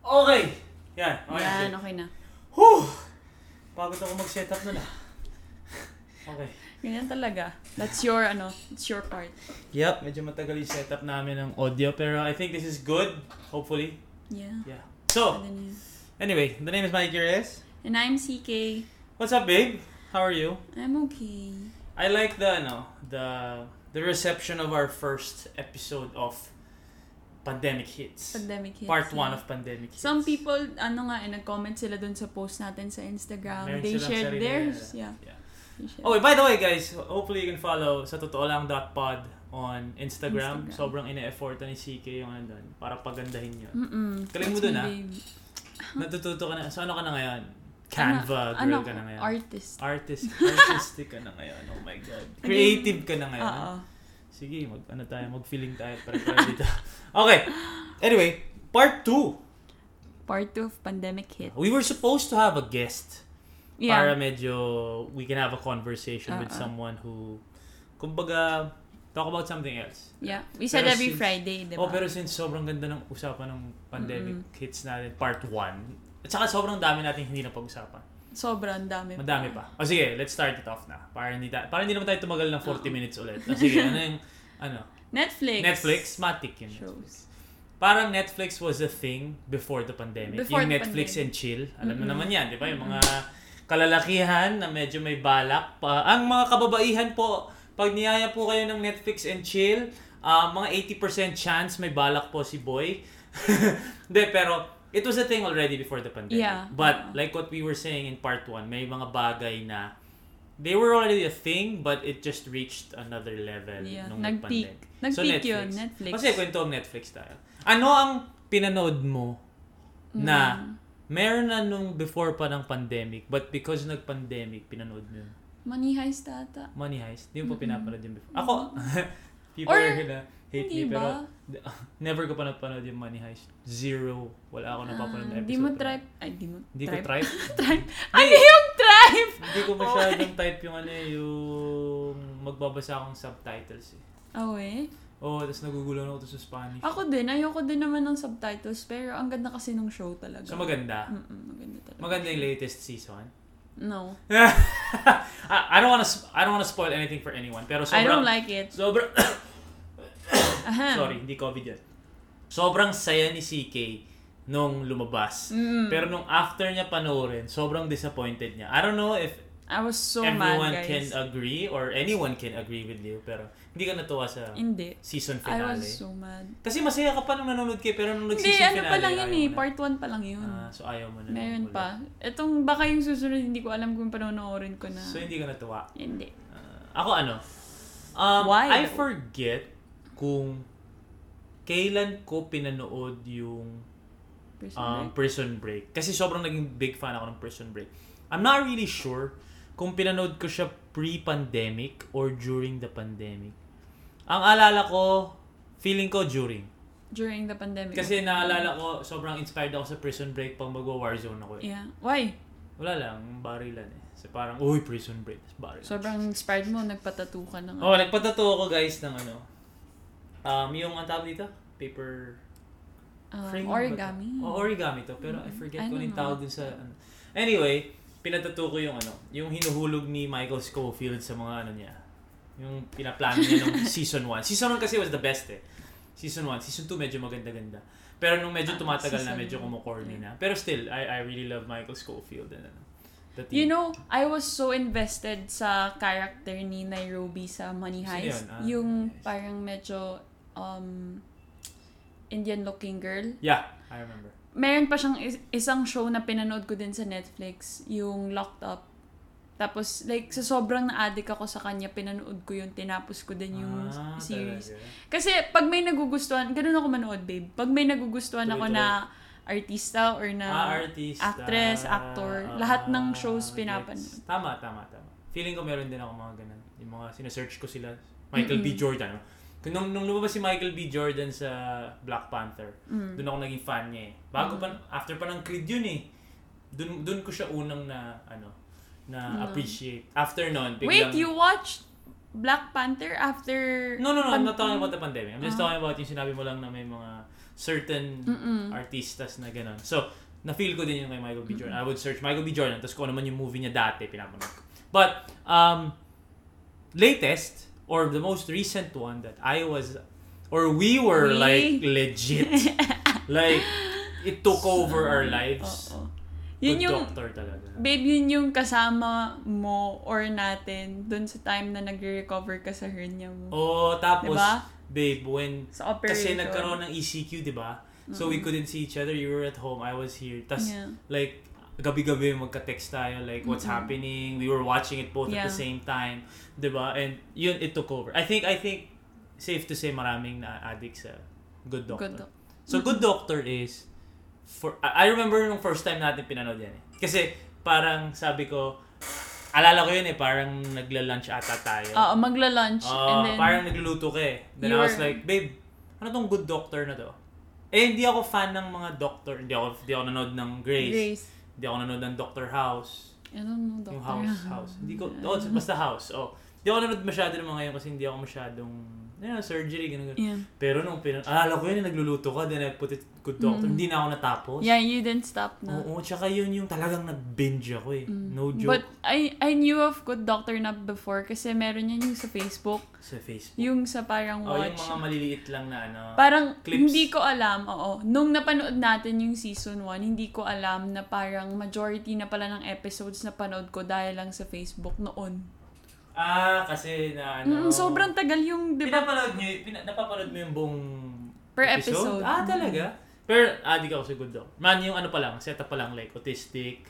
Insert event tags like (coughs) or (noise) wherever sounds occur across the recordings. Okay. Yan. Okay. Yan, okay na. Whew! Pagod ako mag-setup nun ah. Okay. Ganyan talaga. That's your, ano, it's your part. Yep, medyo matagal yung setup namin ng audio pero I think this is good. Hopefully. Yeah. Yeah. So, Ganun yun. anyway, the name is Mike Gires. And I'm CK. What's up, babe? How are you? I'm okay. I like the ano, the the reception of our first episode of Pandemic Hits. Pandemic hits. Part yeah. 1 of Pandemic Hits. Some people, ano nga, eh, nag-comment sila dun sa post natin sa Instagram. Meron They silang shared sarili theirs. nila. Yeah. They shared. Oh, by the way, guys, hopefully you can follow sa totoo lang pod on Instagram. Instagram. Sobrang ina-effort ni CK yung ano doon para pagandahin yun. Mm-mm. Galing mo That's dun, my ah. baby. Natututo ka na. So ano ka na ngayon? Canva girl Ano, ka na ngayon. artist. Artist, artistic ka na ngayon. Oh my God. Creative ka na eh. ngayon. Oo. Sige, mag, ano tayo, mag-feeling tayo. Pare pare dito. Okay. Anyway, part 2. Part 2 of pandemic hit. We were supposed to have a guest. Para Yeah. Uh-uh. medyo we can have a conversation with Oo. someone who, kumbaga, talk about something else. yeah. We said Pero every since- Friday, di ba? Oh, pero since sobrang ganda ng usapan ng pandemic hits natin, part 1. At saka sobrang dami natin hindi na pag-usapan. Sobrang dami pa. Madami pa. O sige, let's start it off na. Para hindi, ta- para hindi naman tayo tumagal ng 40 minutes ulit. O sige, ano yung, ano, Netflix. Netflix, matik yun. Shows. Parang Netflix was a thing before the pandemic. Before yung the Netflix pandemic. and chill. Alam mo Mm-mm. naman yan, di ba? Yung mga kalalakihan na medyo may balak pa. Ang mga kababaihan po, pag niyaya po kayo ng Netflix and chill, ah, mga 80% chance may balak po si boy. (laughs) Hindi, pero it was a thing already before the pandemic. Yeah. But Oo. like what we were saying in part 1, may mga bagay na they were already a thing but it just reached another level Yeah. nung Nag-peak. pandemic. Nag-peak yun, Netflix. Kasi kwento ang Netflix tayo. Ano ang pinanood mo na meron na nung before pa ng pandemic but because nag-pandemic, pinanood mo yun? Money Heist ata. Money Heist. Hindi mo pa Mm-mm. pinapanood yun before. Ako, (laughs) people Or, are gonna hate Hindi me pero ba? never ko pa napanood yung Money Heist. Zero. Wala ako napapanood na Ah, episode. Di mo pa. tripe. Ay, di mo Hindi ko tripe. (laughs) Tripe. Ano yung tripe? Hindi ko masyadong type yung ano eh, yung magbabasa akong subtitles eh. Oh, eh. Oo, oh, tapos nagugulo na ako dun sa Spanish. Ako din, ayoko din naman ng subtitles, pero ang ganda kasi nung show talaga. So maganda. Mm-mm, maganda talaga. Maganda yung latest season. No. I, I don't wanna sp- I don't wanna spoil anything for anyone pero sobrang I don't like it. sobrang Ahem. (coughs) sorry hindi COVID yan sobrang saya ni CK nung lumabas Mm. pero nung after niya panoorin sobrang disappointed niya I don't know if I was so everyone mad, can uh, guys. agree or anyone can agree with you pero hindi ka natuwa sa Hindi. season I finale was so mad. kasi masaya ka pa nung nanonood kay pero nung Hindi, nag-season ano finale pa lang yun ayaw mo eh. na. Part 1 pa lang yun. Ah, so ayaw mo na Meron ulit. pa. Itong baka yung susunod, hindi ko alam kung panonoorin ko na. so hindi ka natuwa Hindi. Uh, ako ano? Um, I Why though? forget kung kailan ko pinanood yung um, Personal. Prison Break. Kasi sobrang naging big fan ako ng Prison Break. I'm not really sure kung pinanood ko siya pre-pandemic or during the pandemic. Ang alala ko, feeling ko during. During the pandemic. Kasi naalala ko, sobrang inspired ako sa Prison Break pang magwa-warzone ako eh. Yeah. Why? Wala lang, barilan eh. So parang, uy, Prison Break, tas barilan. Sobrang inspired mo, nagpatattoo ka na nga. Oh, nagpatato ako guys ng ano. Um, yung ang tawag dito? Paper Um, frame ba to? origami. Oh, origami to. Pero I Mm, forget I kung ano don't yung know. tawag dun sa... Ano. Anyway, pinatato ko yung ano. Yung hinuhulog ni Michael Scofield sa mga ano niya. Yung pinaplano niya (laughs) nung season 1. Season 1 kasi was the best eh. Season 1. Season 2 medyo maganda-ganda. Pero nung medyo Ah, tumatagal na, season medyo one. kumukorny Yeah. na. Pero still, I I really love Michael Scofield and ano. The You team. know, I was so invested sa character ni Nairobi sa Money Sino Heist. yun? Ah, yung Money Heist. parang medyo um, Indian-looking girl. Yeah, I remember. Meron pa siyang is- isang show na pinanood ko din sa Netflix, yung Locked Up. Tapos, like, sa sobrang na-addict ako sa kanya, pinanood ko yun, tinapos ko din yung Ah, series. talaga. Kasi pag may nagugustuhan, ganun ako manood, babe. Pag may nagugustuhan ako na artista or na Ah, artist. ah, actress, actor, lahat ng shows pinapanood. Yes. Tama, tama, tama. Feeling ko meron din ako mga ganun. Yung mga sinesearch ko sila. Michael B. Mm-mm. Jordan. no? Kung Nung, nung lumabas si Michael B. Jordan sa Black Panther, Mm. doon ako naging fan niya eh. Bago pa, after pa ng Creed yun eh. Doon, doon ko siya unang na, ano, na Mm. appreciate. After nun, biglang... Wait, you watched Black Panther after... No, no, no. I'm pan- not talking about the pandemic. I'm just Ah. talking about yung sinabi mo lang na may mga certain (laughs) Mm-mm. artistas na gano'n. So, na-feel ko din yung kay Michael B. Jordan. I Mm-hmm. would search Michael B. Jordan, tapos kung ano man yung movie niya dati, pinapanood ko. But, um, latest, or the most recent one that I was, or we were We? like (laughs) legit. like, it took over our lives. Oo. Yun Good yung... doctor talaga. Babe, yun yung kasama mo or natin dun sa time na nagre-recover ka sa hernia mo. Oh, tapos, Diba? babe, when Sa Kasi operation. nagkaroon ng E ECQ, di ba? diba? So we couldn't see each other. You were at home, I was here. Tapos Mm-hmm. Yeah. like gabi-gabi magka-text tayo like what's happening. We were watching it both at Mm-hmm. Yeah. the same time, di ba? And yun it took over. I think I think safe to say maraming na addict sa Good Doctor. Good doc- Mm-hmm. So Good Doctor is for I I remember nung first time natin pinanood yan eh. Kasi parang sabi ko alala ko yun eh parang nagla-lunch ata tayo. Oo, magla-lunch. and Ah, then, parang nagluluto ka eh. Then You I was were- like, babe, ano tong good doctor na to? Eh, hindi ako fan ng mga doctor. Hindi ako, hindi ako nanood ng Grace. Grace. Hindi ako nanood ng Doctor House. I don't know, doctor. Yung House, House. Hindi (laughs) ko, oh, basta House. Oh. Hindi ako nanood masyado ng mga yun kasi hindi ako masyadong, you know, surgery, ganun, ganun. Yeah. Pero nung pinan, alala ko yun, nagluluto ka, then I put it good doctor. Mm. Hindi na ako natapos. yeah, you didn't stop na. Mm. Oo, tsaka yun yung talagang nag-binge ako eh. No joke But I I knew of Good Doctor na before kasi meron yan yung sa Facebook. sa Facebook. Yung sa parang oh, yung watch. mga maliliit lang na ano. Parang clips. hindi ko alam, oo. Nung napanood natin yung season 1, hindi ko alam na parang majority na pala ng episodes na panood ko dahil lang sa Facebook noon. ah, kasi na ano. Mm, sobrang tagal yung, di ba? Pinapanood niyo, pina, napapanood mo yung buong Per episode. Ah, Mm. talaga? Pero adik ako sa Good Dog. Man, yung ano pa lang, setup pa lang, like autistic,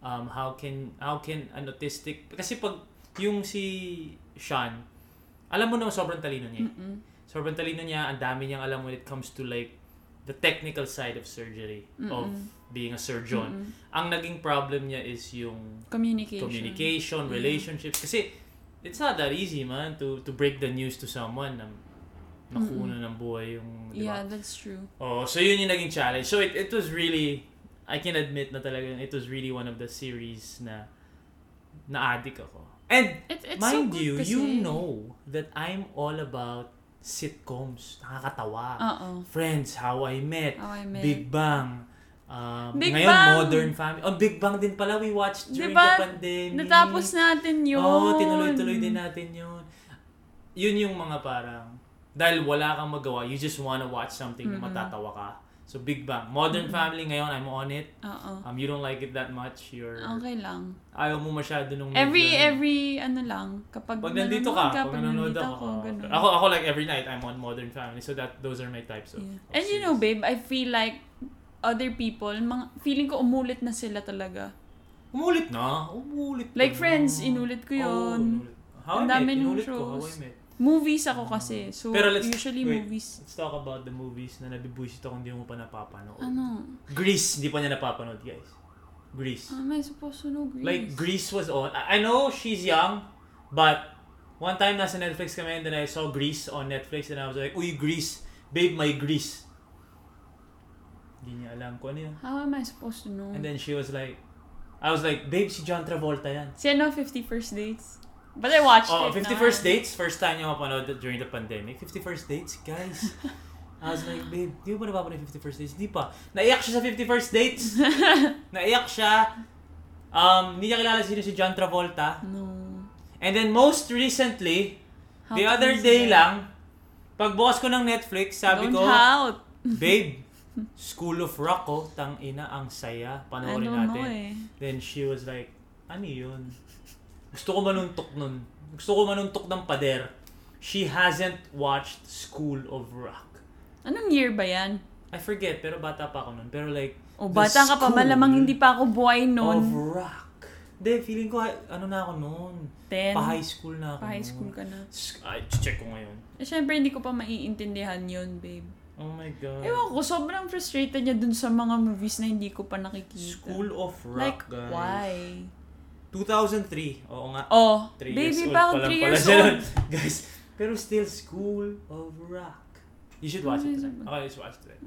um, how can, how can an autistic, kasi pag yung si Sean, alam mo na sobrang talino niya. eh. Mm-mm. Sobrang talino niya, ang dami niyang alam when it comes to like the technical side of surgery, of Mm-mm. being a surgeon. Mm-mm. Ang naging problem niya is yung Communication. communication, Mm. relationships. Kasi, it's not that easy, man, to to break the news to someone na nakuna ng buhay yung, di Yeah, ba? that's true. Oh, so yun yung naging challenge. So, it, it was really, I can admit na talagang it was really one of the series na na-addict ako. And, It, it's mind so good you, kasi. you know that I'm all about sitcoms, nakakatawa. Oo. Friends, How I Met, Ah. How I Met. Big Bang, um, Big ngayon, Bang! Modern Family. Oh, Big Bang din pala we watched during Diba? the pandemic. Natapos natin yun. Oo, tinuloy-tuloy din natin yun. Yun yung mga parang, dahil wala kang magawa, you just wanna watch something na Mm-mm. matatawa ka. So, Big Bang. Modern Family ngayon, I'm on it. Oo. Um, you don't like it that much. You're, Okay lang. Ayaw mo masyado nung Every, medyo- every, ano lang, kapag Mm, Pag nandito ka, pag nanonood nandito ako. ganun. Ako, ako like every night, I'm on Modern Family. So, that those are my types of, Yeah. of And you series. know, babe, I feel like other people, mga, feeling ko umulit na sila talaga. Umulit na. Umulit na. Like Friends, inulit ko yun. Oo, inulit. How I Ang dami Met, ng inulit ko. How I shows. Met. Movies ako kasi. So, Mm. Pero let's- usually wait. movies. Let's talk about the movies na nabibuisit ako hindi mo pa napapanood. Ano? Grease, hindi pa niya napapanood, guys. Grease. Ah, may supposed to know Greece. Like, Grease was on. I, I know she's young, but one time nasa Netflix kami and then I saw Grease on Netflix and I was like, Uy, Grease. Babe, may Grease. Hindi niya alam kung ano yun. How am I supposed to know? And then she was like, I was like, babe, si John Travolta yan. Si ano, 50 First Dates? But I watched Oh, it 50 na. First Dates, first time niya mapanood during the pandemic. 50 First Dates, (laughs) guys. I was like, babe, di mo ba napapanood yung 50 First Dates? Di pa. Naiyak siya sa 50 First Dates. (laughs) Naiyak siya. Um, hindi niya kilala sino si John Travolta. No. And then most recently, How the can other you day say lang, pagbukas ko ng Netflix, sabi Don't ko, Out. (laughs) babe, School of Rock ko, tang ina, ang saya. I Panoorin don't natin. know eh. Then she was like, ano yun? Gusto ko manuntok nun. Gusto ko manuntok ng pader. She hasn't watched School of Rock. Anong year ba yan? I forget, pero bata pa ako nun. Pero like, O The bata ka pa, School malamang hindi pa ako buhay of noon. Rock. Hindi, feeling ko, ano na ako noon. Ten. Pa-high school na ako Pa high nun. school ka na. S- Ay, check ko ngayon. Eh, syempre, hindi ko pa maiintindihan yun, babe. Oh my God. Ewan ko, sobrang frustrated niya dun sa mga movies na hindi ko pa nakikita. School of like, Rock, guys. why? 2003. Oo nga. Oh, Three years baby old pa pa ako, lang 3 pala years siya nun. old. (laughs) Guys, pero still School of Rock. You should watch it tonight. Okay, just watch it tonight.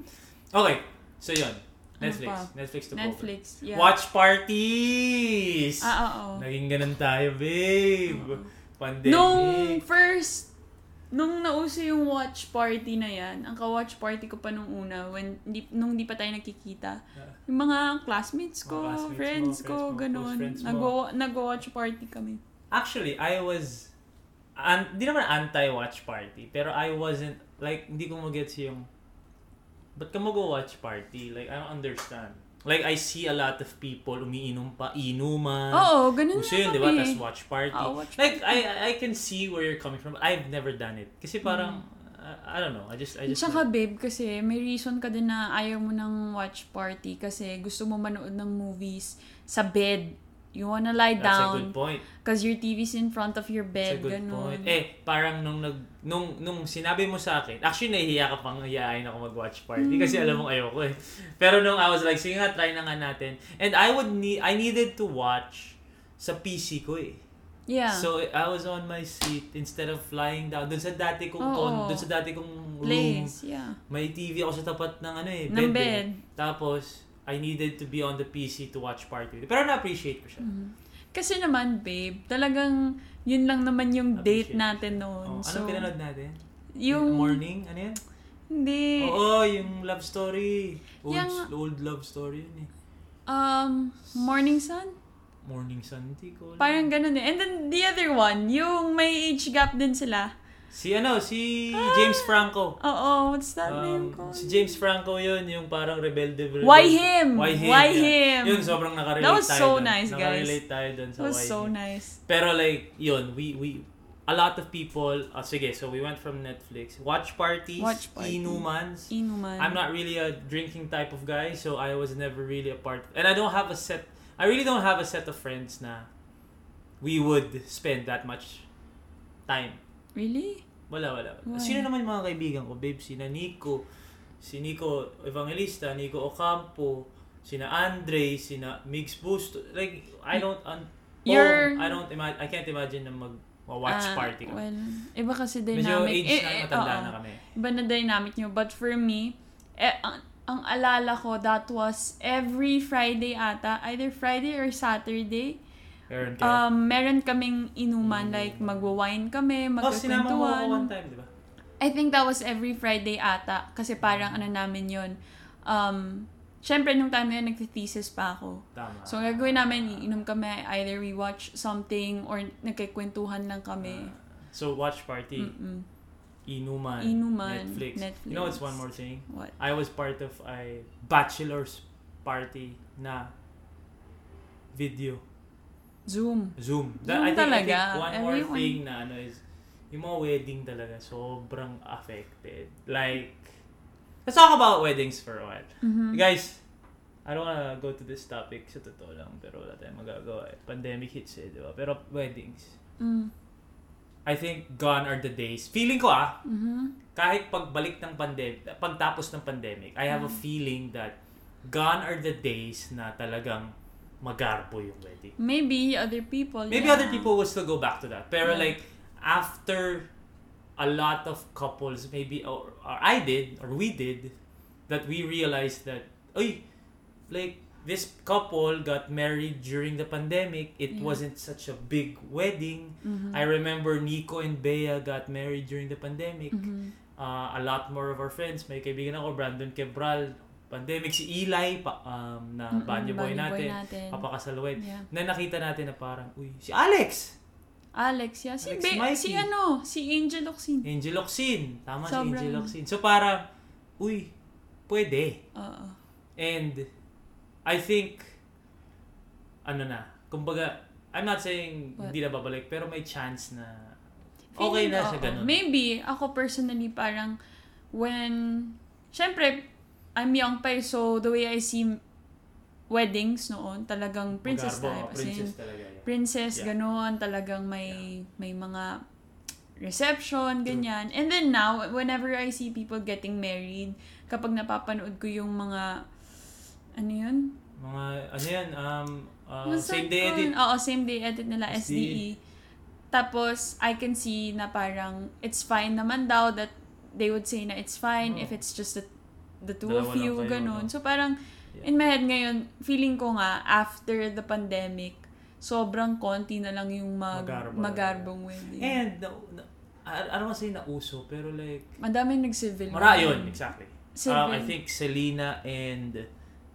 Okay, so yun. Netflix. Ano pa? Netflix to over. Netflix, yeah. Watch parties! Ah, oo. Naging ganun tayo, babe. Oo. pandemic. Nung first, nung nauso yung watch party na yan, ang ka-watch party ko pa nung una, when, di, nung di pa tayo nakikita, yung mga classmates ko, Mga classmates mo, friends ko, friends mo, ganun. close friends mo. Nag-wa- Nag-watch party kami. Actually, I was, an, di naman anti-watch party, pero I wasn't, like, hindi ko magets yung, ba't ka mag-watch party? Like, I don't understand. Like, I see a lot of people umiinom pa, inuman. Oo, ganun Gusto yun, na Ah, di kami. ba? Tapos watch party. Oo, watch like, I, I can see where you're coming from. I've never done it. Kasi parang, Mm. uh, I don't know. I just, I just, Tsaka babe, kasi may reason ka din na ayaw mo ng watch party kasi gusto mo manood ng movies sa bed. You wanna lie that's a good down point. because your TV's in front of your That's a bed. good ganun. point. Eh, parang nung, nag, nung, nung sinabi mo sa akin, actually nahihiya ka pang hiyain ako mag-watch party kasi alam mong ayoko eh. (laughs) Pero nung I was like, sige nga, try na nga natin. And I would need, I needed to watch sa PC ko eh. Yeah. So I was on my seat instead of flying down dun sa dati kong Oo. con, dun sa dati kong room. Place, yeah. May TV ako sa tapat ng ano eh, Ng bed. eh. bed. Tapos I needed to be on the PC to watch party. Pero na-appreciate ko siya. Mm. Kasi naman, babe, talagang yun lang naman yung date Appreciate. natin noon. Oh, so, anong pinanood natin? yung... morning, ano yan? Hindi. Oo, yung love story. Old, Yung- old love story yun eh. Um, Morning Sun? Morning Sun, hindi ko alam. Parang ganun eh. And then the other one, yung may age gap din sila. Si ano, si Ah! James Franco. Oo, what's that Um, name called? si James Franco yun, yung parang rebelde. rebelde. Why him? Why him? Why yeah. him? Yun, sobrang nakarelate That was tayo so dun. nice, guys. Nakarelate tayo dun sa That was why so him. nice. Pero like, yun, we, we, a lot of people, ah, sige, so we went from Netflix, watch parties, Watch party. inumans. Inuman. I'm not really a drinking type of guy, so I was never really a part. And I don't have a set, I really don't have a set of friends na we would spend that much time. Really? Wala, wala. wala. Why? Sino naman yung mga kaibigan ko? Babe, sina Nico, si Nico Evangelista, Nico Ocampo, sina Andre, sina Migs Busto. Like, I don't, un- You're- oh, I don't, ima- I can't imagine na mag, watch Ah, party kami. Well, iba kasi dynamic. Medyo age Eh, na, eh, matanda oo. na kami. Iba na dynamic nyo. But for me, eh, ang, ang alala ko, that was every Friday ata, either Friday or Saturday, Meron kayo. um, meron kaming Mm. inuman, like magwa-wine kami, oh, sinama mo ako one magkakwentuhan. time, di ba? I think that was every Friday ata, kasi parang ano namin yun. Um, Siyempre, nung time na yun, nagtithesis pa ako. Tama. So, ang gagawin namin, iinom kami, either we watch something or nagkikwentuhan lang kami. Ah, So, watch party, Mm-mm. inuman, Inuman, Netflix. You know, it's one more thing. What? I was part of a bachelor's party na video. Zoom. Zoom. Zoom I think, talaga. I think one more Everyone- thing na ano is, yung mga wedding talaga, sobrang affected. Like, let's talk about weddings for a while. Mhm. Guys, I don't wanna go to this topic sa totoo lang, pero wala tayong magagawa eh. Pandemic hits eh, di ba? Pero weddings, Mm. I think gone are the days. Feeling ko ah, Mhm. kahit pagbalik ng pandemic, pagtapos ng pandemic, I have a Mm. feeling that gone are the days na talagang magarbo yung wedding. Maybe other people. Maybe yeah. other people will still go back to that. Pero Yeah. like after a lot of couples maybe or, or I did or we did that we realized that oy like this couple got married during the pandemic. It Yeah. wasn't such a big wedding. Mhm. I remember Nico and Bea got married during the pandemic. Mhm. Uh, a lot more of our friends. May kaibigan ako, Brandon Quebral. Pandemic si Eli pa, um, na Mm-mm, banyo boy banyo Mm-hmm. boy natin. natin. Papakasalawin Yeah. na nakita natin na parang, uy, si Alex! Alex, yeah. Si, Alex Be- Mikey. si ano, si Angel Oxin. Angel Oxin. Tama si Sobrang- Angel Oxin. So parang, uy, pwede. Oo. And I think, ano na, kumbaga, I'm not saying What? hindi na babalik, pero may chance na okay Feeling na ko, siya oo. ganun. Maybe, ako personally, parang, when, syempre, I'm young pa eh, so the way I see weddings noon, talagang princess Magarbo, type. As in, Princess talaga yun. princess, Yeah. ganoon, talagang may, may mga reception, ganyan. And then now, whenever I see people getting married, kapag napapanood ko yung mga, ano yun? Mga, ano yan, um, uh, What's same that day edit. called? Oo, same day edit nila, SDE. SDE. Tapos, I can see na parang, it's fine naman daw that they would say na it's fine Oo. if it's just the, the two Oh. Dalawa of you, lang kayo, ganun. no? So parang, Yeah. in my head ngayon, feeling ko nga, after the pandemic, sobrang konti na lang yung mag, Magarbong. magarbong wedding. And, na, na, I, I don't wanna say nauso, pero like, Ang daming nag-civil. mara yun, exactly. Um, Civil. I think Selena and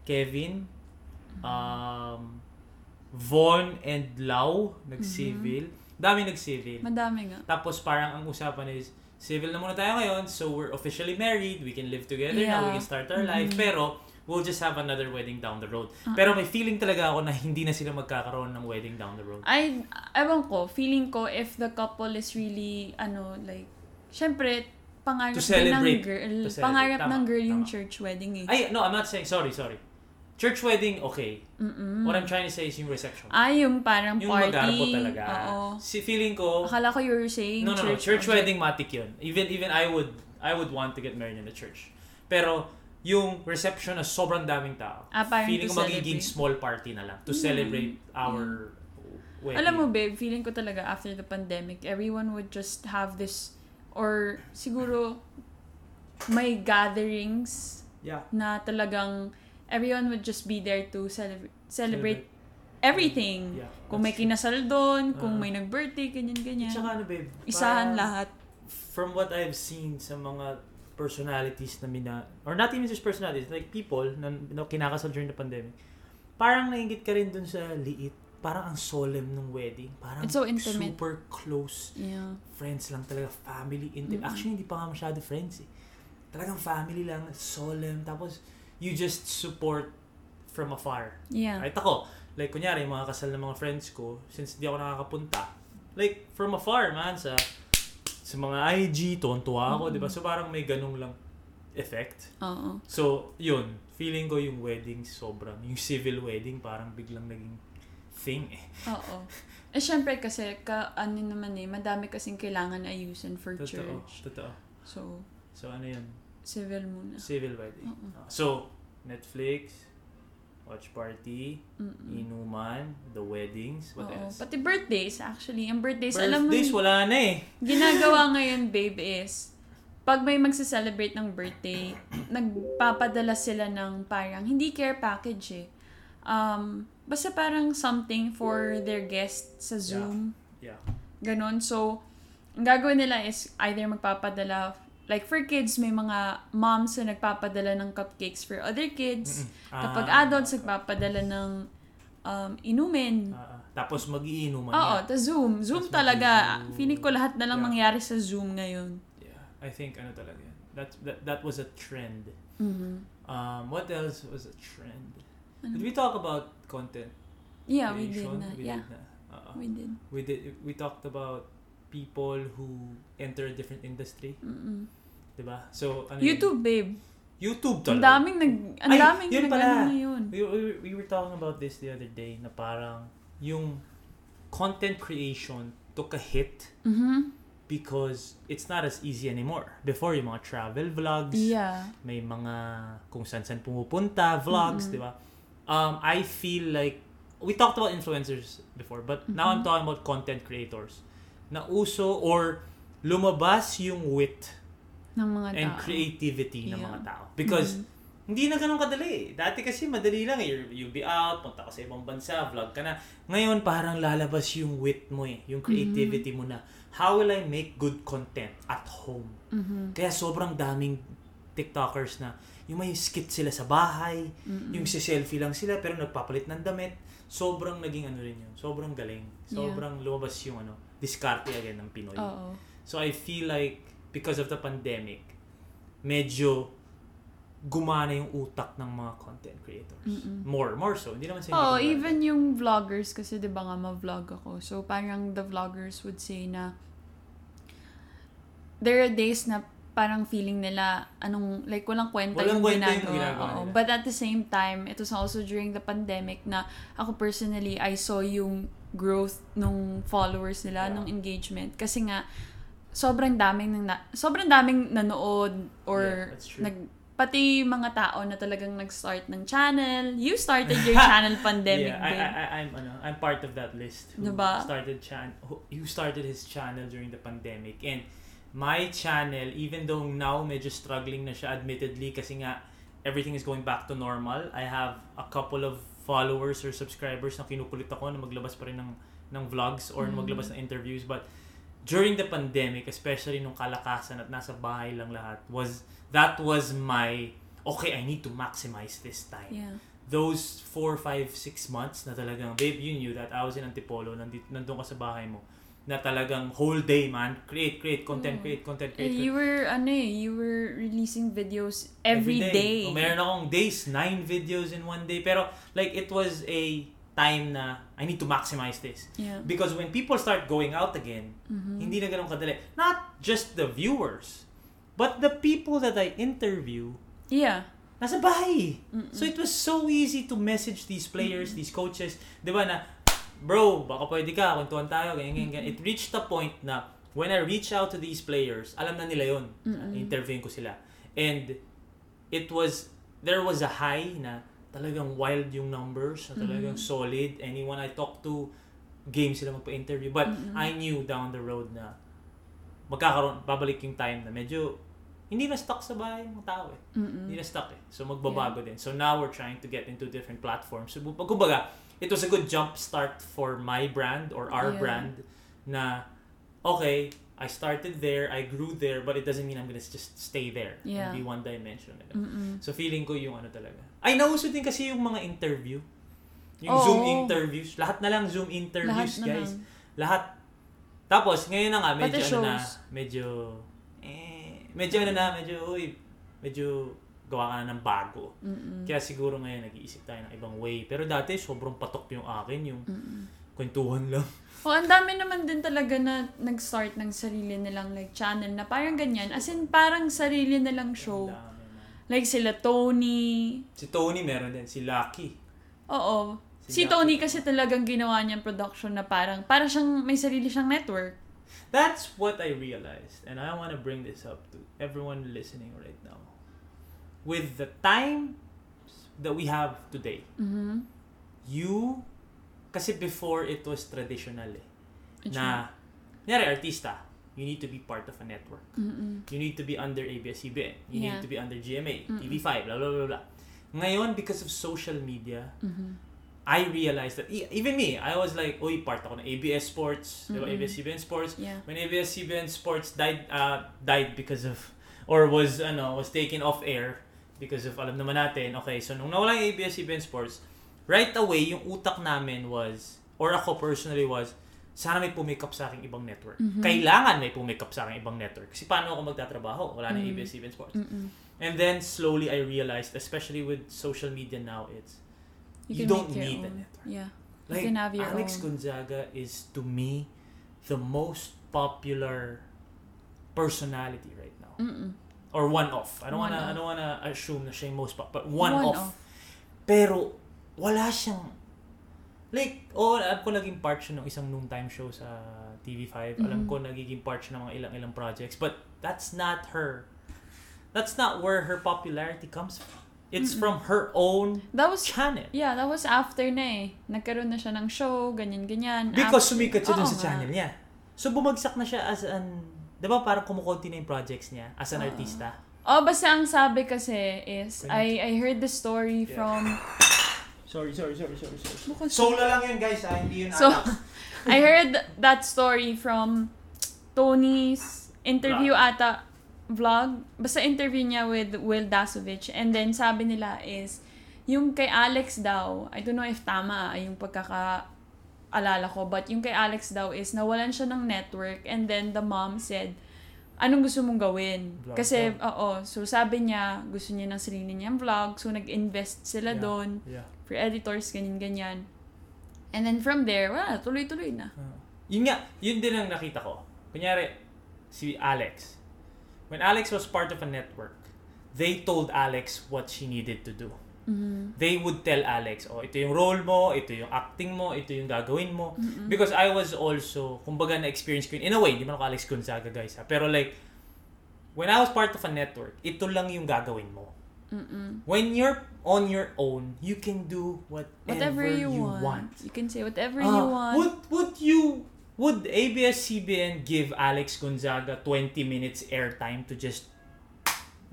Kevin, um, Von and Lau, nag-civil. Dami nag-civil. Madami nga. Tapos parang ang usapan is, civil na muna tayo ngayon, so we're officially married, we can live together now, Yeah. we can start our life, pero we'll just have another wedding down the road. Pero may feeling talaga ako na hindi na sila magkakaroon ng wedding down the road. I, ewan ko, feeling ko if the couple is really, ano, like, syempre, pangarap To din ng celebrate. girl, To celebrate. pangarap Tama, ng girl yung tama. church wedding eh. Ay, no, I'm not saying, sorry, sorry. Church wedding, okay. Mm-mm. What I'm trying to say is yung reception. Ay, Mm. Ah, yung parang yung party. magarbo talaga. Oo. Si feeling ko, Akala ko you were saying no, no, no, church wedding. wedding matik yun. Even, even I would, I would want to get married in the church. Pero, yung reception na sobrang daming tao, Ah, parang feeling to ko magiging celebrate. Mm. small party na lang to celebrate our wedding. Alam mo, babe, feeling ko talaga after the pandemic, everyone would just have this, or siguro, may gatherings Yeah. na talagang everyone would just be there to celebrate, celebrate everything. Yeah. Kung may that's true. kinasal doon, kung Ah. may nag-birthday, ganyan-ganyan. Tsaka ano, babe? Isahan parang lahat. From what I've seen sa mga personalities na mina... Or not even just personalities, like people na, na kinakasal during the pandemic, parang nainggit ka rin dun sa liit. Parang ang solemn ng wedding. Parang It's so intimate. super close. Yeah. Friends lang talaga. Family. Intimate. Mm-mm. Actually, hindi pa nga masyado friends eh. Talagang family lang. Solemn. Tapos, you just support from afar. Yeah. Kahit ako, like kunyari, yung mga kasal ng mga friends ko, since di ako nakakapunta, like from afar man, sa, sa mga IG, tuwan-tuwa ako, di ba? So parang may ganung lang effect. Oo. So, yun, feeling ko yung wedding sobrang, yung civil wedding parang biglang naging thing eh. Oo. Eh, syempre kasi, ka, ano naman eh, madami kasing kailangan ayusin for Totoo, church. totoo. So, So ano yun, civil muna. civil wedding. Ah, Oo. So, Netflix, watch party, Mm-mm. inuman, the weddings, what Oo. else? Pati birthdays, actually. Ang birthdays, alam mo, Birthdays, wala na eh. ginagawa ngayon, babe, is, pag may magsa-celebrate ng birthday, nagpapadala sila ng parang, hindi care package eh. Um, basta parang something for their guest sa Zoom. Yeah. Ganon. So, ang gagawin nila is either magpapadala, like for kids, may mga moms na nagpapadala ng cupcakes for other kids. Mm-mm. Kapag Ah, adults, nagpapadala ng um, inumin. Ah, ah. tapos mag-iinuman Oo, yan. ta Zoom. Zoom Mas talaga. mag-Zoom. Feeling ko lahat na lang Yeah. mangyari sa Zoom ngayon. Yeah, I think ano talaga yan. That, that, that was a trend. Mm-hmm. Um, what else was a trend? Did we talk about content Ano? Yeah, we did creation? na. yeah, did na. Uh-uh. we did. We did. We talked about people who enter a different industry, Mm-mm. 'di ba? So ano yun? YouTube, babe. YouTube Ang talaga. daming nag... Ang Ay, daming yun nag- pala. ano ngayon. We, we, we were talking about this the other day na parang yung content creation took a hit Mhm. because it's not as easy anymore. Before yung mga travel vlogs, Yeah. may mga kung saan-saan pumupunta, vlogs, Mm-mm. di ba? Um, I feel like, we talked about influencers before, but now I'm talking about content creators. Nauso or lumabas yung wit Ng mga tao. and creativity ng Yeah. mga tao. Because, Mhm. hindi na ganun kadali. eh. Dati kasi madali lang. eh. You'll be out, punta ka sa ibang bansa, vlog ka na. Ngayon, parang lalabas yung wit mo eh. Yung creativity mo na, how will I make good content at home? Mhm. Kaya sobrang daming TikTokers na yung may skit sila sa bahay, yung si selfie lang sila pero nagpapalit ng damit. Sobrang naging ano rin yun. Sobrang galing. Sobrang lumabas yung ano, diskarte again ng Pinoy. Oo. So I feel like because of the pandemic, medyo gumana yung utak ng mga content creators. Mm-mm. More, more so. Hindi naman sa Oh, even yung vloggers kasi 'di ba nga ma-vlog ako. So parang the vloggers would say na there are days na parang feeling nila anong like walang kwenta Walang yung kwenta yung ginagawa. ginagawa Oo. nila. But at the same time, it was also during the pandemic na ako personally I saw yung growth nung followers nila, Yeah. nung engagement kasi nga sobrang daming nang na, sobrang daming nanood Yeah, or that's true. nag pati mga tao na talagang nag-start ng channel. (laughs) You started your channel pandemic, yeah, I, I, babe. I, I'm, ano, I'm part of that list who Diba? started chan who, who started his channel during the pandemic and my channel even though now medyo struggling na siya admittedly kasi nga everything is going back to normal I have a couple of followers or subscribers na kinukulit ako na maglabas pa rin ng, ng vlogs or Mm. maglabas ng interviews. But during the pandemic, especially nung kalakasan at nasa bahay lang lahat, was that was my, okay, I need to maximize this time Yeah. those four, five, six months na talagang, babe, you knew that I was in Antipolo, nandito, nandun ka sa bahay mo, na talagang whole day, man, create, create, content, Mm. create, content, Eh, create. you create. were, ano eh, you were releasing videos every O, day. Oh, meron akong days, nine videos in one day. Pero, like, it was a time na I need to maximize this. Yeah. Because when people start going out again, Mhm. hindi na ganun kadali. Not just the viewers, but the people that I interview, Yeah. nasa bahay. Mm-mm. So it was so easy to message these players, these coaches, 'di ba na bro, baka pwede ka, kwentuhan tayo, ganyan ganyan. ganyan." It reached a point na when I reach out to these players, alam na nila 'yon. Mm-mm. Interviewin ko sila. And it was there was a high na talagang wild yung numbers, na talagang solid. Anyone I talk to, game sila magpa-interview. But Mm-mm. I knew down the road na magkakaroon, babalik yung time na medyo hindi na stuck sa bahay ng tao eh Mm-mm. hindi na stuck eh. So magbabago din. So now we're trying to get into different platforms. So bu- kumbaga, it was a good jump start for my brand or our Yeah. brand na okay, I started there, I grew there, but it doesn't mean I'm gonna just stay there and Yeah. Mm. be one dimensional. Mm-mm. So feeling ko yung ano talaga. Ay, nauso din kasi yung mga interview. Yung Oo. Zoom interviews. Lahat na lang Zoom Lahat interviews, na guys. lang. Lahat. Tapos, ngayon na nga, Pati medyo ano na, shows. medyo, eh, medyo ano na, medyo, uy, medyo gawa ka na ng bago. Mm-mm. Kaya siguro ngayon nag-iisip tayo ng ibang way. Pero dati, sobrang patok yung akin, yung Mm-mm. kwentuhan lang. O, ang dami naman din talaga na nag-start ng sarili nilang like channel na parang ganyan. As in, parang sarili nilang (laughs) show. Ang dami, man. Like sila Tony. Si Tony meron din, si Lucky. Oo. Si Si Tony kasi talagang ginawa niyang production na parang, parang siyang may sarili siyang network. That's what I realized, and I want to bring this up to everyone listening right now. With the time that we have today, Mhm. you, kasi before it was traditional eh, na, kunyari artista, you need to be part of a network. Mm-mm. You need to be under ABS-CBN. You Yeah. need to be under GMA, Mm-mm. TV5, blah, blah, blah, blah. Ngayon, because of social media, Mhm. I realized that, e- even me, I was like, uy, part ako ng ABS Sports, di ba, Mm-mm. ABS-CBN Sports, Yeah. when ABS-CBN Sports died uh, died because of or was ano was taken off air because of alam naman natin okay so nung nawala yung ABS-CBN Sports right away yung utak namin was or ako personally was sana may pumikap sa aking ibang network. Mhm. Kailangan may pumikap sa aking ibang network. Kasi paano ako magtatrabaho? Wala na Mhm. ABS-CBN Sports. Mm-mm. And then slowly I realized, especially with social media now, it's You can don't make your need a own. network. Yeah. like you can have your Alex own. Gonzaga is to me the most popular personality right now. Mm-mm. Or one off. I don't wanna Mm. I One-off. don't wanna assume na siya yung most pop, but one, One-off. off. Pero wala siyang like oh alam ko naging part siya ng isang noontime show sa TV5. Alam Mhm. ko nagiging part siya ng mga ilang ilang projects, but that's not her. That's not where her popularity comes from. It's Mm-mm. from her own That was, channel. yeah, that was after na eh. Nagkaroon na siya ng show, ganyan-ganyan. Because After- sumikat siya dun Oo sa nga. channel niya. So bumagsak na siya as an, 'di ba parang kumukonti na yung projects niya as an Oo. artista. Oh, basta ang sabi kasi is, Ganito. I I heard the story Yeah. from... Sorry, sorry, sorry, sorry, sorry. Bukas- Solo lang yun guys, ah, hindi yun So, anak. (laughs) I heard that story from Tony's interview ata vlog. Basta interview niya with Will Dasovich. And then sabi nila is, yung kay Alex daw, I don't know if tama ah, yung pagkaka alala ko, but yung kay Alex daw is nawalan siya ng network and then the mom said, anong gusto mong gawin? Vlog Kasi, daw. oo, so sabi niya, gusto niya ng sarili niyang vlog, so nag-invest sila Yeah. doon Yeah. for editors, ganyan-ganyan. And then from there, wala, tuloy-tuloy na. Ah. Yun nga, yun din ang nakita ko. Kunyari, si Alex. When Alex was part of a network, they told Alex what she needed to do. Mm-hmm. They would tell Alex, oh, ito yung role mo, ito yung acting mo, ito yung gagawin mo. Because I was also, kumbaga na-experience ko yun. In a way, hindi man ako Alex Gonzaga, guys. Ha? Pero like, when I was part of a network, ito lang yung gagawin mo. Mm-mm. When you're on your own, you can do whatever, Whatever you, want. want. You can say Ah, whatever you want. Would, would you, would ABS-CBN give Alex Gonzaga 20 minutes airtime to just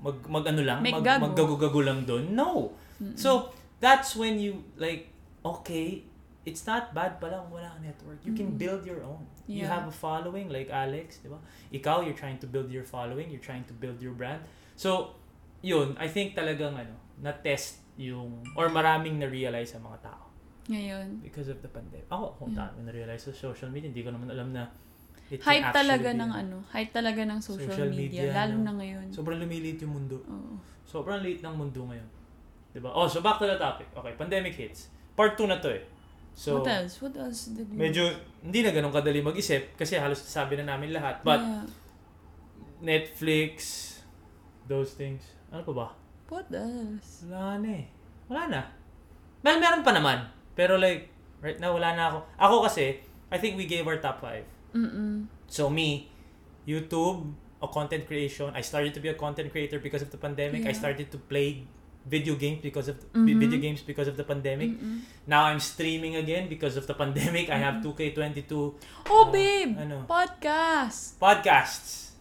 mag, mag ano lang, Make mag, gago. maggago-gago lang doon? No. Mm-mm. So, that's when you, like, okay, it's not bad pala kung wala kang network. You can build your own. You Yeah. have a following like Alex, di ba? Ikaw, you're trying to build your following, you're trying to build your brand. So, yun, I think talagang ano, na-test yung, or maraming na-realize sa mga tao Ngayon. because of the pandemic. Ako, ako Mm. dami na-realize sa social media, hindi ko naman alam na it can Hype actually talaga be- ng ano, hype talaga ng social, Social media, media, lalo no? na ngayon. Sobrang lumilit yung mundo. Oo. Sobrang late ng mundo ngayon. 'Di ba? Oh, so back to the topic. Okay, pandemic hits. Part 2 na 'to eh. So what else? What else did we... medyo hindi na ganun kadali mag-isip kasi halos sabi na namin lahat. But Yeah. Netflix, those things. Ano pa ba? What else? Wala na eh. Wala na. Well, meron pa naman. Pero like, right now, wala na ako. Ako kasi, I think we gave our top 5. Mm-mm. So me, YouTube, a content creation. I started to be a content creator because of the pandemic. I Yeah. started to play video games because of Mhm. video games because of the pandemic. Mm-mm. Now I'm streaming again because of the pandemic. I have 2K22 Ah, Oh, babe! ano? Podcast! podcasts.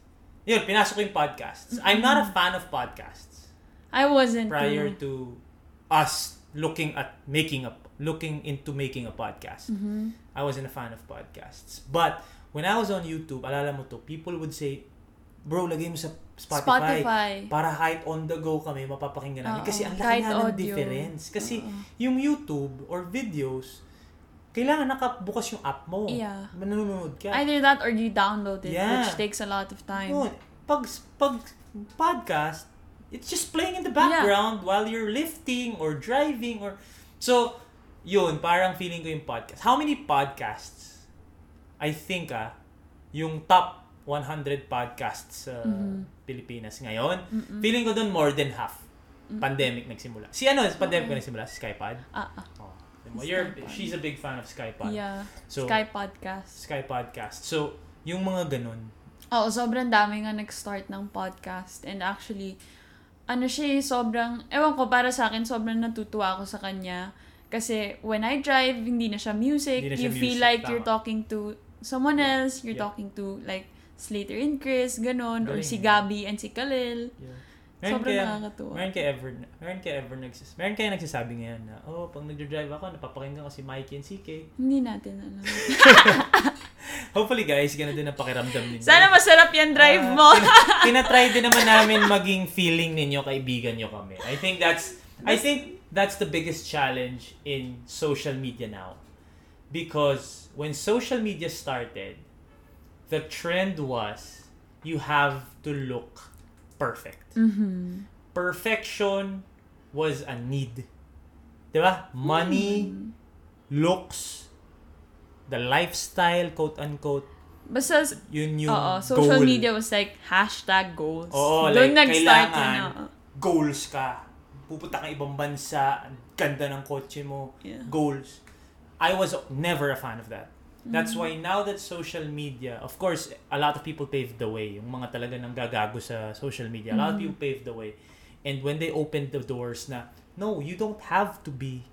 Yun, pinasok ko yung podcasts. I'm not a fan of podcasts I wasn't prior too. to us looking at making a looking into making a podcast. Mhm. I wasn't a fan of podcasts. But when I was on YouTube, alala mo to, people would say, bro, lagay mo sa Spotify. Spotify. Para kahit on the go kami, mapapakinggan namin. Oo, Kasi ang laki kahit na ng audio. difference. Kasi Oo. yung YouTube or videos, kailangan nakabukas yung app mo. Yeah. Manunod ka. Either that or you download it, Yeah. which takes a lot of time. Yun. Pag, pag podcast, it's just playing in the background while you're lifting or driving or... So, yun, parang feeling ko yung podcast. How many podcasts? I think ah, yung top 100 podcasts sa Mm-hmm. Pilipinas ngayon, Mm. feeling ko dun more than half. Pandemic nagsimula. Si ano, pandemic ko nagsimula? Si Skypod? Ah, ah. Oh. Alam mo, You're, she's a big fan of Skypod. Yeah. So, Sky Podcast. Sky Podcast. So, yung mga ganun, Oo, sobrang dami nga nag-start ng podcast. And actually, ano siya eh, sobrang, ewan ko, para sa akin, sobrang natutuwa ako sa kanya. Kasi when I drive, hindi na siya music. Hindi na you siya feel music, like you're tama. talking to someone else. You're Yeah. talking to like Slater and Chris, ganun. Or Galing, si eh. Gabby and si Khalil. Yeah. Meron Sobrang kaya, nakakatuwa. meron kaya ever, meron kaya ever nagsas, meron kaya nagsasabi ngayon na, oh, pag nagdadrive ako, napapakinggan ko si Mikey and CK. Hindi natin alam. Hopefully guys, ganun din ang pakiramdam ninyo. Ah, Sana masarap yan drive (laughs) mo. Tinatry din naman namin maging feeling ninyo, kaibigan nyo kami. I think that's, I think that's the biggest challenge in social media now. Because when social media started, the trend was you have to look perfect. Mhm. perfection was a need. Diba? Hmm. Money, Mm-hmm. looks, the lifestyle, quote unquote, Basta, yun yung oo, social goal. media was like hashtag goals. Oo, Doon like, nag-start kailangan. yun. oo. Goals ka. Pupunta ka ibang bansa, ang ganda ng kotse mo, Yeah. goals. I was never a fan of that. Hmm. That's why now that social media, of course, a lot of people paved the way. Yung mga talaga nang gagago sa social media, a lot of Hmm. people paved the way. And when they opened the doors na, no, you don't have to be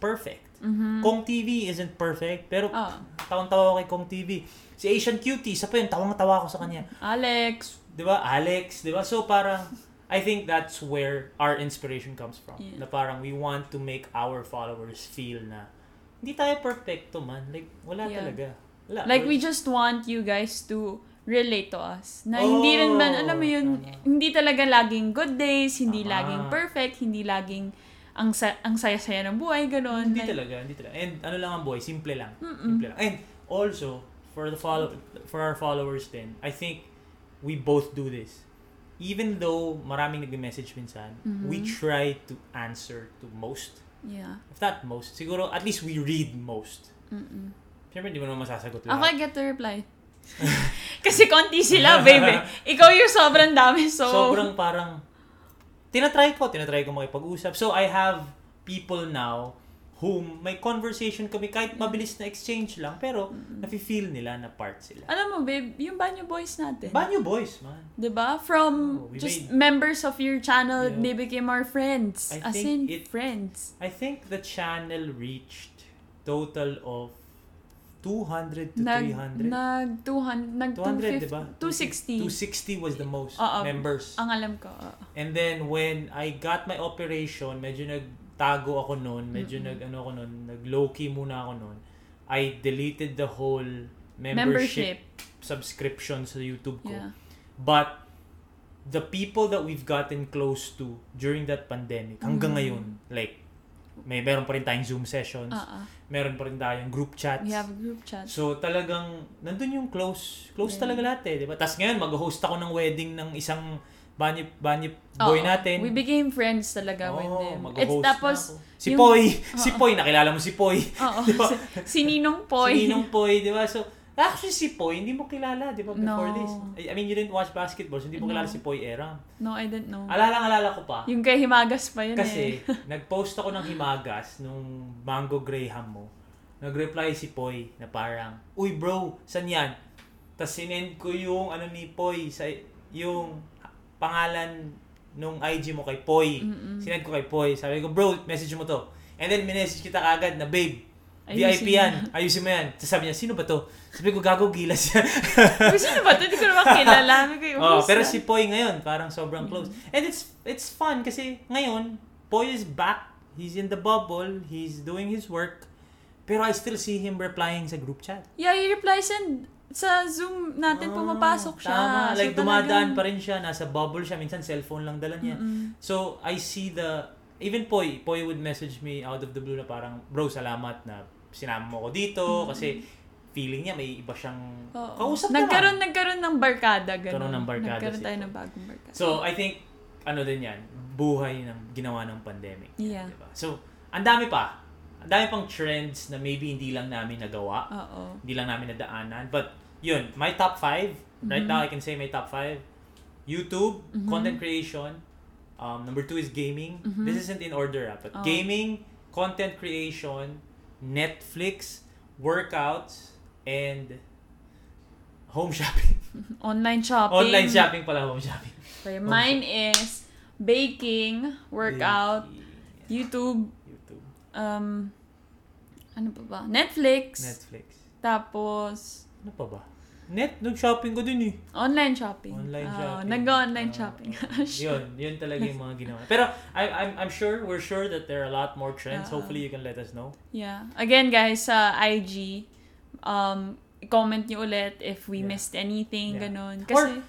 perfect. Mm-hmm. Kung TV isn't perfect, pero Oo. tawang-tawa ako kay Kong TV. Si Asian Cutie, isa pa yun, tawang-tawa ako sa kanya. Alex. 'di ba? Alex, 'di ba? So parang I think that's where our inspiration comes from. Yeah. Na parang we want to make our followers feel na hindi tayo perfecto man. Like wala Yeah. talaga. Wala. Like, we Wala- just want you guys to relate to us. Na Oh, hindi rin man, alam mo yun, tama. hindi talaga laging good days, hindi Tama. laging perfect, hindi laging ang, sa- ang saya-saya ng buhay, ganun. hindi Like, talaga, hindi talaga. And ano lang ang boy, simple lang. Mm. Simple lang. And also for the follow for our followers then, I think we both do this. Even though maraming nagme-message minsan, we try to answer to most. Yeah. If not most, siguro at least we read most. Mm-mm. Siyempre, hindi mo naman masasagot Ako, lahat. I get to (laughs) reply. Kasi konti sila, baby. Ikaw yung sobrang dami, so... Sobrang parang, tinatry ko, tinatry ko makipag-usap. So, I have people now whom may conversation kami kahit mabilis na exchange lang pero nafe-feel nila na part sila. Alam mo, babe, yung Banyo Boys natin. Banyo boys, man. 'Di ba? Diba? From Oh, we just made- members of your channel, Yeah. they became our friends. I As think in, it- friends. I think the channel reached total of 200 to 300. Nag, 200, nag 200, 250, diba? 260. 260 was the most Oo. uh. members. Ang alam ko. oo. And then when I got my operation, medyo nag nagtago ako noon, medyo nag ano ako noon, nag low key muna ako noon. I deleted the whole membership, Membership. subscription sa YouTube ko. Yeah. But the people that we've gotten close to during that pandemic Mm. hanggang ngayon, like may meron pa rin tayong Zoom sessions, Ah, ah. meron pa rin tayong group chats. We have group chat. So talagang nandun yung close, close Yeah. talaga lahat eh, 'di ba? Tapos ngayon mag-host ako ng wedding ng isang banyip banyip boy Oo. natin. Uh, We became friends talaga with Oo, them. mag-host It's na tapos, ako. si yung- (laughs) Poy, si Poy nakilala mo si Poy. oo, Di ba? si, si Ninong Diba? Si Poy. Ninong Poy, 'di ba? So actually si Poy hindi mo kilala, 'di ba? Before No. this. I I mean, you didn't watch basketball, so hindi mo No. kilala si Poy Eram. (laughs) No, I don't know. Alala-alala ko pa. Yung kay Himagas pa yun eh. (laughs) Kasi, (laughs) nag-post ako ng himagas nung Mango Graham mo. Nag-reply si Poy na parang, Uy bro, san yan? Tapos sinend ko yung ano ni Poy, sa, yung pangalan nung IG mo kay Poy. Sinend ko kay Poy. Sabi ko, bro, message mo to. And then, minessage kita agad na, babe, Ayusin VIP yan. Ayusin mo yan. Tapos sabi niya, sino ba to? Sabi ko, gago, gilas yan. Uy, sino ba? ito? Hindi ko naman kilala. Sabi ko, Oh, who's pero that? si Poy ngayon, parang sobrang close. Mm-hmm. And it's it's fun kasi ngayon, Poy is back. He's in the bubble. He's doing his work. Pero I still see him replying sa group chat. Yeah, he replies and sa Zoom natin Ah, pumapasok siya. Tama. So, like, dumadaan talagang- pa rin siya. Nasa bubble siya. Minsan, cellphone lang dala niya. Mm-mm. So, I see the... Even Poy, Poy would message me out of the blue na parang, Bro, salamat na sinama mo ko dito. Kasi feeling niya may iba siyang... Oo. Kausap naman. nagkaroon, nagkaroon ng barkada. Ganun. Nagkaroon ng barkada Nagkaroon si tayo Paul. ng bagong barkada. So, I think, ano din yan, buhay ng ginawa ng pandemic. Yeah. Diba? So, ang dami pa. Ang dami pang trends na maybe hindi lang namin nagawa, Oo. hindi lang namin nadaanan. But, yun, my top five, right now I Mm-hmm. can say my top five, YouTube, content creation, um, number two is gaming. This isn't in order, ah, but Mm-hmm. Oh. gaming, content creation, Netflix, workouts, and home shopping. Online shopping. Online shopping pala, home shopping. Okay, mine is baking, workout, YouTube, YouTube. um, ano pa ba? Netflix. Netflix. Tapos, Ano pa ba? Net, nag-shopping ko dun eh. online shopping. Online Oo, shopping. Nag-online Ah, shopping. (laughs) ah, yun, yun talaga yung mga ginawa. Pero I, I'm, I'm sure, we're sure that there are a lot more trends. Ah. Hopefully you can let us know. Yeah. Again, guys, sa IG, um, comment niyo ulit if we Yeah. missed anything, Yeah. ganun. Or- Kasi,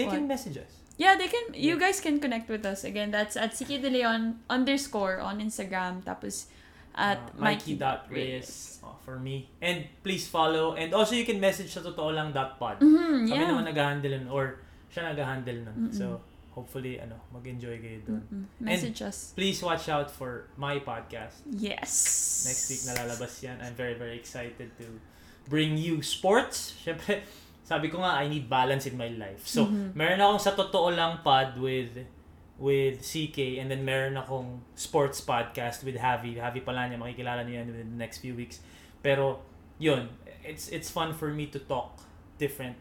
They can What? message us. yeah, they can, you guys can connect with us. Again, that's at Siki De Leon underscore on Instagram, tapos at Uh, Mikey.Reyes uh, for me. And please follow. And also you can message sa totoo lang dot pod. Kami Mhm, yeah. naman nag-handle nun or siya nag-handle nun. So hopefully ano, mag-enjoy kayo dun. Mm, Message us. Please watch out for my podcast. Yes. Next week nalalabas yan. I'm very, very excited to bring you sports. (laughs) Siyempre, sabi ko nga, I need balance in my life. So, Mm-hmm. meron akong sa totoo lang pod with with CK and then meron akong sports podcast with Javi. Javi pala niya, makikilala niyo yan in the next few weeks. Pero, yun, it's it's fun for me to talk different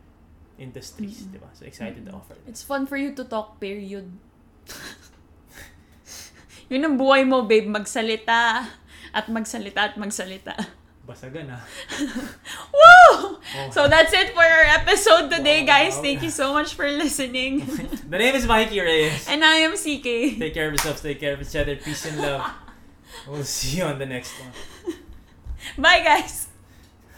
industries, di ba? So, excited to offer that. It's fun for you to talk, period. (laughs) Yun ang buhay mo, babe. Magsalita. At magsalita at magsalita. (laughs) Basagan ah. Woo! Oh. So that's it for our episode today, Wow. guys. Thank you so much for listening. the name is Mikey Reyes. and I am CK. Take care of yourselves. Take care of each other. Peace and love. we'll see you on the next one. Bye, guys.